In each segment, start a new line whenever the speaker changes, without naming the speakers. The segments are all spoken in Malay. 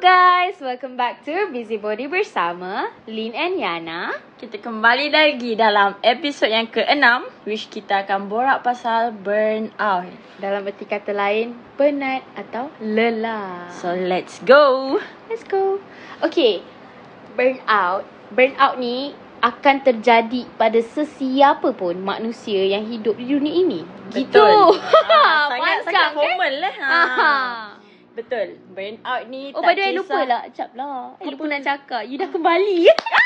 guys, welcome back to Busybody bersama Lin and Yana.
Kita kembali lagi dalam episod yang ke-6 Which kita akan borak pasal burnout
Dalam erti kata lain, penat atau lelah.
So let's go
Let's go. Okay, burnout. Burnout ni akan terjadi pada sesiapa pun manusia yang hidup di dunia ini. Gitu.
ah, sangat, sangat
Panjang kan?
common lah ha.
Ah.
Betul Burnout ni
Oh, by
tak
the way,
kisah
lupa lah. Cap lah. I lupa Ah. nak cakap. You dah kembali.
yeah.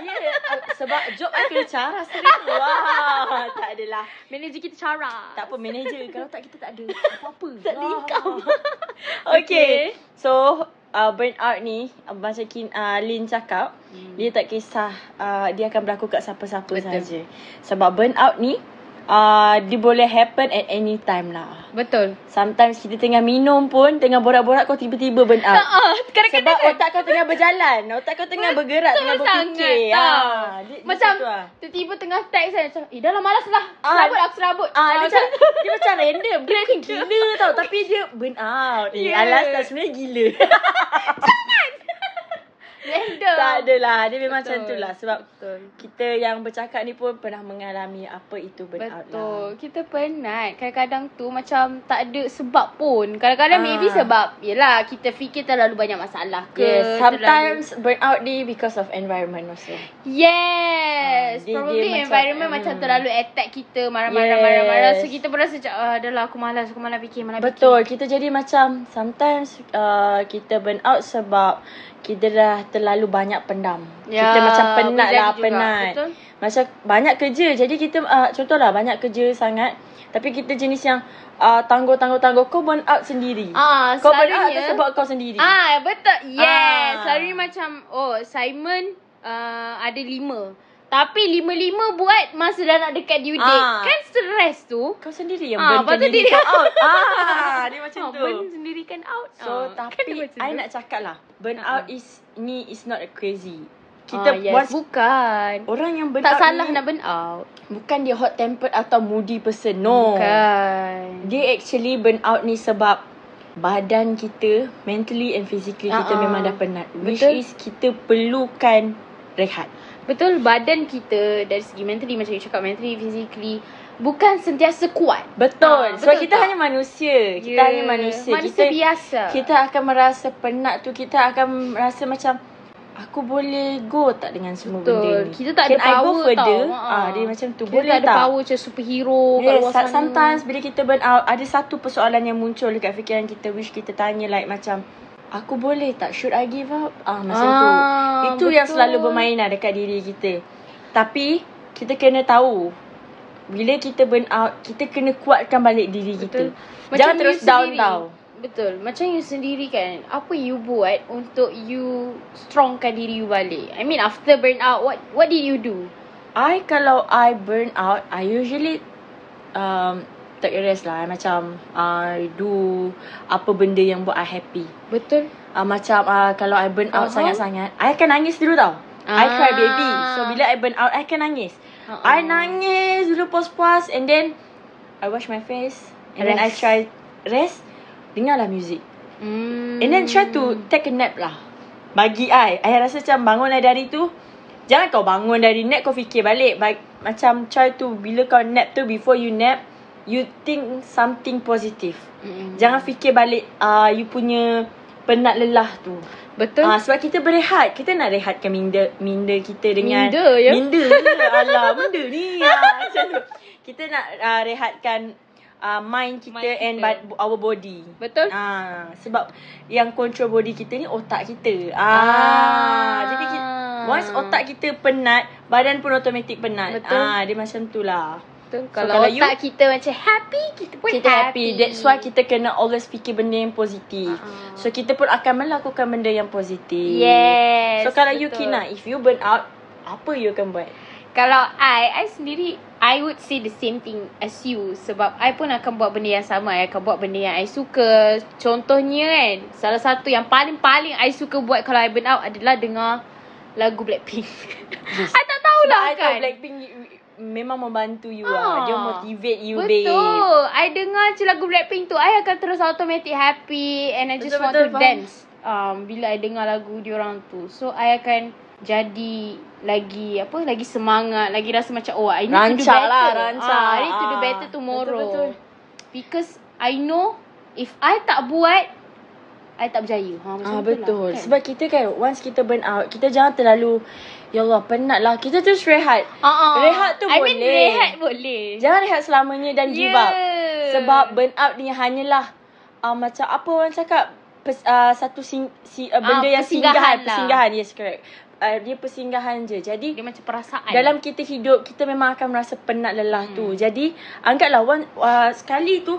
Ya, Sebab job aku kena cara sering Wah Tak adalah
Manager kita cara.
Tak apa manager Kalau tak kita tak ada Apa-apa Ah.
Tak ada income.
okay. So uh, burnout ni uh, Macam Kin, uh, Lin cakap hmm. Dia tak kisah uh, Dia akan berlaku kat siapa-siapa
Betul.
saja. Sebab burnout ni uh, Dia boleh happen at any time lah
Betul.
Sometimes kita tengah minum pun Tengah borak-borak kau tiba-tiba burn out
Ah, kadang-kadang
Sebab otak kau tengah berjalan Otak kau tengah bergerak Tengah
Betul sangat
berfikir
tau.
Ah, dia- dia
Macam
situ lah.
tiba-tiba tengah text saya macam Eh dah lah malas lah
Ah.
Serabut aku serabut
Ah, dia
macam
macam dia macam random. Dia kan gila tau tapi dia burn out. Eh,
Yeah.
yeah. alasan sebenarnya gila.
Random
tak adalah. Dia memang macam
Betul.
tu lah sebab
Betul
kita yang bercakap ni pun pernah mengalami apa itu burn out
Betul
lah.
Kita penat Kadang-kadang tu macam Tak ada sebab pun Kadang-kadang
Ah.
maybe sebab Yelah kita fikir terlalu banyak masalah ke
Yes,
terlalu-
sometimes burn out ni because of environment also.
Yes
Ah, dia-
Probably
dia macam,
environment
mm.
macam, terlalu attack kita Marah-marah
Yes.
marah-marah So kita berasa macam ah, Dah lah aku malas Aku malas fikir malas
Betul, kita jadi macam sometimes uh, kita burn out sebab kita dah terlalu banyak pendam.
Ya,
kita macam
boleh
penat lah,
jadi juga.
penat.
Betul.
Macam banyak kerja. Jadi kita uh, contohlah banyak kerja sangat tapi kita jenis yang uh, tangguh-tangguh-tangguh kau burn out
fikir.
sendiri.
Ah,
kau burn out
selalunya-
atas sebab kau sendiri.
Ah, betul. Yes. Ah.
Ah.
Selalu macam, oh, Simon uh, ada lima. Tapi lima-lima buat masa dah nak dekat due date.
Ah.
Kan stres tu.
Kau sendiri yang
Ah,
ah,
lepas
burnkan
tu
diri
dia-
kau out. ah, dia macam
Ah,
tu.
Burn sendiri kan out.
So
Ah,
tapi
dia macam
I
tu.
nak cakap lah Burn
Ah,
out is Ni is not a crazy
ah,
Kita
yes.
once
Bukan.
Orang yang burn
tak
out
salah
ni,
nak burn out.
Bukan dia hot tempered Atau moody person No
Bukan.
Dia actually burn out ni sebab Badan kita Mentally and physically uh-uh. Kita
Ah, ah.
memang dah penat Which
Betul.
is kita perlukan Rehat
Betul badan kita dari segi mentally macam you cakap mentally, physically bukan sentiasa kuat. Ah,
Betul Sebab
betul
kita
tak?
hanya manusia Kita
Ya,
hanya manusia
Manusia
Kita
biasa.
kita akan merasa penat tu Kita akan merasa macam Aku boleh go tak dengan semua benda
Betul.
ni
Kita tak
Can
ada
I go
power
further?
tau. Ha.
Ah, dia macam tu
Kita
Boleh
tak ada
tak?
power macam superhero kat
Yes,
luar
so-
sana.
sometimes bila kita burn out Ada satu persoalan yang muncul dekat fikiran kita Which kita tanya like macam Aku boleh tak? Should I give up? Ah, macam tu
Ah,
Itu yang
betul.
selalu bermain lah dekat diri kita Tapi kita kena tahu Bila kita burn out Kita kena kuatkan balik diri
Betul.
kita Jangan
you
terus down
sendiri.
tau
Betul. Macam you sendiri kan, apa you buat untuk you strongkan diri you balik? I mean after burnout, what what did you do?
I kalau I burn out I usually um, Take a rest lah I macam I do Apa benda yang buat I happy
Betul.
uh, Macam uh, Kalau I burn out
Uh-huh.
sangat-sangat I akan nangis dulu tau I cry baby So
Ah.
bila I burn out I akan nangis
Uh-uh.
I nangis dulu puas-puas And then I wash my face And then I
Rest.
try Rest Dengarlah music
Hmm.
And then try to take a nap lah. Bagi I, I rasa macam bangun lah dari tu. Jangan kau bangun dari nap kau fikir balik. Ba- macam try to bila kau nap tu before you nap, you think something positive.
Mm-mm.
Jangan fikir balik uh, you punya penat lelah tu.
Betul.
Ah uh, sebab kita berehat, kita nak rehatkan minda minda kita dengan
Minda, ya?
minda. Alah, benda ni. Ah, macam tu. Kita nak uh, rehatkan uh, mind kita
Mind
mind and
kita.
ba- our body.
Betul.
Ah, sebab yang control body kita ni otak kita. Ah,
Ah.
jadi kita, once otak kita penat, badan pun automatik penat.
Betul.
Ah, dia macam tu lah.
Betul.
So,
Kalau,
kalau
otak kita macam happy, kita pun
Kita
happy.
happy. That's why kita kena always fikir benda yang positif.
Ah.
So kita pun akan melakukan benda yang positif.
Yes.
So kalau you
betul.
Kina, if you burn out, apa you akan buat?
Kalau I, I sendiri I would say the same thing as you Sebab I pun akan buat benda yang sama I akan buat benda yang I suka Contohnya kan Salah satu yang paling-paling I suka buat Kalau I burn out adalah dengar Lagu Blackpink I tak tahulah
I
kan
tahu Blackpink you- memang membantu you
Ah.
lah. Dia motivate you, babe.
Betul I dengar je lagu Blackpink tu I akan terus automatic happy And I just
Betul,
want
betul,
to
faham.
dance um, bila I dengar lagu diorang tu. So I akan jadi lagi apa lagi semangat, lagi rasa macam oh I need to do
Rancak
better.
lah, rancak.
Ah, I need to do
Ah,
better tomorrow.
betul-betul.
Because I know if I tak buat I tak berjaya. Ha macam
Ah
tu
betul.
Lah, kan?
Sebab kita kan once kita burn out, kita jangan terlalu ya Allah penat lah. Kita terus rehat.
Ah, ah.
rehat tu
I I
boleh.
mean rehat boleh.
Jangan rehat selamanya dan yeah. give up.
Yeah.
Sebab burn out ni hanyalah uh, macam apa orang cakap pes, uh, satu sing, si, uh,
Ah,
benda yang
persinggahan
singgahan,
lah.
persinggahan. Yes correct. Uh, dia persinggahan je. Jadi
dia macam perasaan.
dalam kita hidup kita memang akan merasa penat lelah hmm. tu. Jadi anggaplah one uh, sekali tu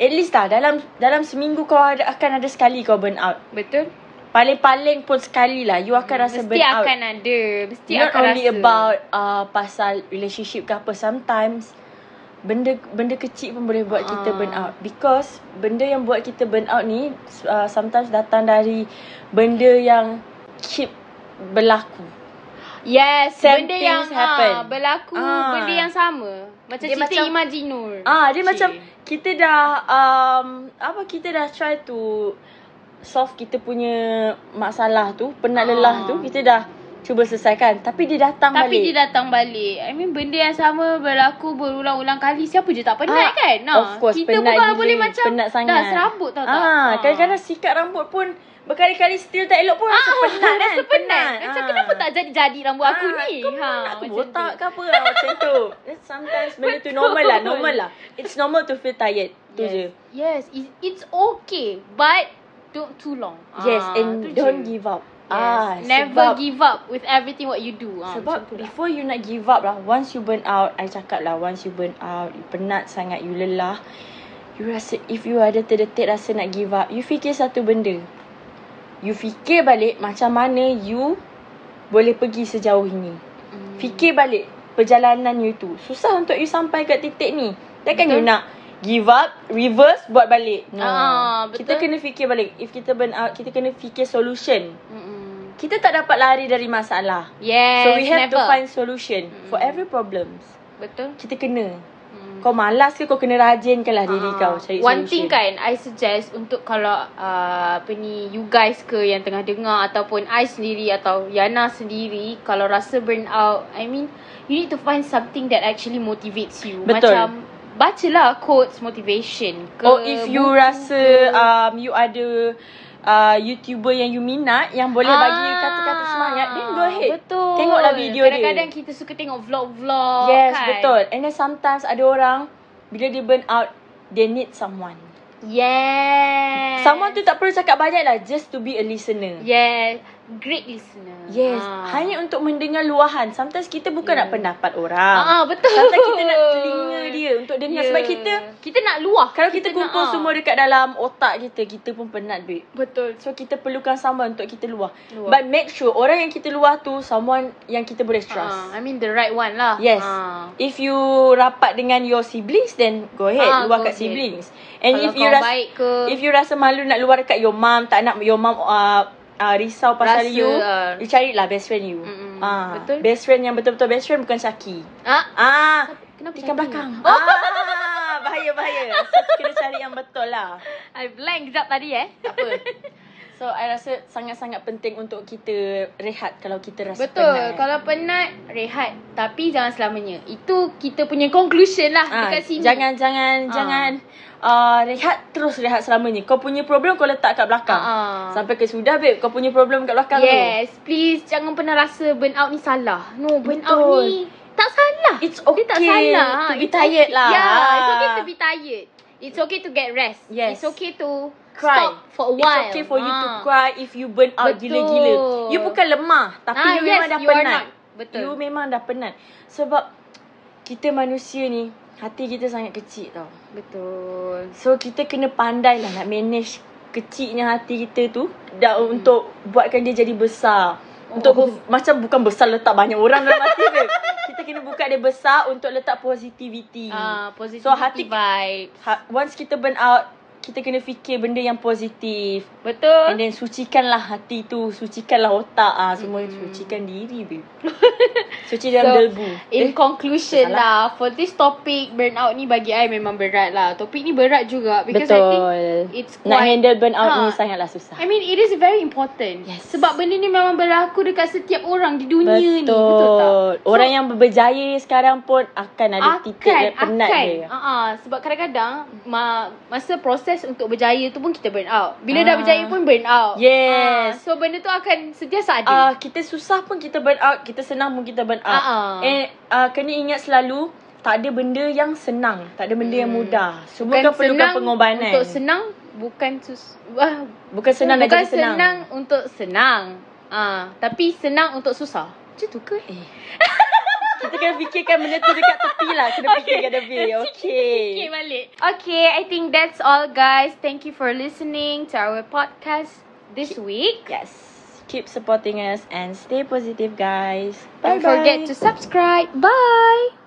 at least dah dalam dalam seminggu kau ada, akan ada sekali kau burn out.
betul.
Paling-paling pun sekali lah you akan rasa
Hmm, Mesti
burn out.
akan ada. Mesti
Not
akan
only
rasa.
about uh, pasal relationship ke apa sometimes benda benda kecil pun boleh buat kita
Ah.
burn out because benda yang buat kita burn out ni uh, sometimes datang dari benda yang keep berlaku.
Yes,
Same
benda
things
yang
happen.
ha, berlaku
Ah.
benda yang sama. Macam
Dia
cerita
macam-
Imaji Nur.
Ah dia
Cik.
macam kita dah um, apa kita dah try to solve kita punya masalah tu,
Ah.
penat lelah tu kita dah cuba selesaikan tapi dia datang
tapi
balik.
dia datang balik. I mean benda yang sama berlaku berulang-ulang kali. Siapa je tak penat
Ah,
kan? Nah,
Of course
kita
penat
pun kalau
gila,
boleh macam
penat sangat.
dah serabut tau tak?
Ah, kadang-kadang sikat rambut pun berkali-kali still tak elok pun rasa penat kan.
Ah, Rasa penat. Macam
Ah.
kenapa tak jadi-jadi rambut aku
Ah,
ni?
Kau ha,
macam tu.
botak ke apa lah macam tu. Sometimes benda tu normal lah, normal lah. It's normal to feel tired. Tu
yes.
je.
Yes, it, it's okay but don't too long.
Yes,
Ah, tu
and don't
je.
give up.
Yes.
Ah,
Never
sebab,
give up with everything what you do. Ah,
Sebab
macam tu lah.
before you nak give up lah, once you burn out, I cakap lah, once you burn out, you penat sangat, you lelah, you rasa, if you ada terdetik rasa nak give up, you fikir satu benda. You fikir balik macam mana you boleh pergi sejauh ini.
Hmm.
Fikir balik perjalanan you tu. Susah untuk you sampai kat titik ni. Takkan you
Betul.
nak give up, reverse, buat balik. No.
Ah, betul.
Kita kena fikir balik. If kita burn out, kita kena fikir solution.
Mm-mm.
Kita tak dapat lari dari masalah.
Yes,
So we have
never.
to find solution mm. for
Mm.
every problems.
Betul.
Kita kena.
Mm.
Kau malas ke kau kena rajinkanlah diri
Ah.
kau cari
One
solution.
thing kan I suggest Untuk kalau uh, Apa ni You guys ke Yang tengah dengar Ataupun I sendiri Atau Yana sendiri Kalau rasa burn out I mean You need to find something That actually motivates you
Betul.
Macam Bacalah quotes motivation ke
Or Oh, if you
buku
rasa um, you ada uh, YouTuber yang you minat yang boleh ah, bagi you kata-kata semangat, then go ahead.
Betul.
Tengoklah video dia.
Kadang-kadang kita suka tengok vlog-vlog
yes,
kan.
betul. And then sometimes ada orang bila dia burn out, they need someone.
Yes.
Someone tu tak perlu cakap banyak lah, just to be a listener.
Yes. Great listener.
Yes,
Ah.
hanya untuk mendengar luahan. Sometimes kita bukan
Yeah.
nak pendapat orang.
Ah, ah, betul. Ya.
Sometimes kita nak telinga dia untuk dengar yeah. sebab kita
kita nak luah.
kalau kita,
nak,
kumpul
ah.
semua dekat dalam otak kita, kita pun penat duit.
betul.
So kita perlukan someone untuk kita luah.
Luah.
luah. But make sure orang yang kita luah tu someone yang kita boleh
Ah,
trust.
I mean the right one lah.
Yes.
Ah.
If you rapat dengan your siblings then go ahead
Ah,
uh, luah
go
kat
ahead.
siblings.
Kalau
And if you
kau
rasa
baik ke
if you rasa malu nak luar dekat your mom, tak nak your mom uh, uh, risau
Rasa,
pasal you,
ah.
you carilah best friend you.
Mm-mm.
Ah,
Betul.
Best friend yang betul-betul best friend bukan Syaki.
ah,
Ah,
kenapa
ikan
macam
belakang.
tu? Oh,
Ah, bahaya bahaya. So, kena cari yang betul lah.
I blank sekejap tadi eh.
Tak apa. So, I rasa sangat-sangat penting untuk kita rehat kalau kita rasa
Betul.
penat.
Kalau penat, rehat. Tapi jangan selamanya. Itu kita punya conclusion lah
Ah,
dekat sini.
Jangan jangan
Ah.
jangan uh, rehat terus rehat selamanya. Kau punya problem kau letak kat belakang.
Ah.
Sampai ke sudah babe kau punya problem kat belakang
Yes, please jangan pernah rasa burn out ni salah. No, burn out
Betul.
ni tak salah.
It's
Dia tak
okay
salah. ha.
to
It's
be
okay.
tired lah.
Yeah, it's okay
Ah.
to be tired. It's okay to get rest.
Yes.
It's okay to
tu. Cry.
stop for a while.
It's okay for you to
Ah.
cry if you burn out
Betul.
gila-gila. You bukan lemah tapi
Ah,
you
yes,
memang dah
you are
penat.
not. Betul.
You memang dah penat. Sebab kita manusia ni hati kita sangat kecil tau.
Betul.
So kita kena pandai lah nak manage kecilnya hati kita tu dan hmm. untuk buatkan dia jadi besar. Untuk oh. macam bukan besar letak banyak orang dalam hati dia. Kita kena buka dia besar untuk letak positivity.
Ah, positive
So, hati-
vibe.
Ha, once kita burn out, kita kena fikir benda yang positif.
Betul.
And then sucikanlah hati tu, sucikanlah otak ah, semua
Mm-mm.
sucikan diri babe. Suci dalam
Hmm. So,
debu.
In
eh,
conclusion
tak
lah For this topic Burnout ni bagi I memang berat lah Topik ni berat juga Because I think
betul.
It's
Nak
quite
handle burnout ni
Ha.
sangatlah susah.
I mean it is very important
Yes.
Sebab benda ni memang berlaku Dekat setiap orang Di dunia ni
betul.
Betul tak?
Orang yang berjaya sekarang pun akan ada titik dia penat
akan.
dia.
Uh-uh, sebab kadang-kadang ma- masa proses untuk berjaya tu pun kita burn out. Bila dah
Ah.
berjaya pun burn out. Ah,
Yes.
so benda tu akan sentiasa
Ah,
ada.
kita susah pun kita burn out, kita senang pun kita burn out.
Ah, ah.
And uh, kena ingat selalu tak ada benda yang senang, tak ada benda yang
Hmm.
mudah. Semua kan perlukan
senang
pengorbanan.
Untuk senang bukan sus- wah,
bukan senang nak
bukan
jadi senang.
senang untuk senang. Ah, tapi senang untuk susah. Macam tu ke?
Eh. kita kena fikirkan benda tu dekat tepi lah. Kena fikirkan tepi. Okay.
Okay, balik. Okay, I think that's all guys. Thank you for listening to our podcast this week.
Yes. Keep supporting us and stay positive guys.
Don't forget to subscribe. Bye.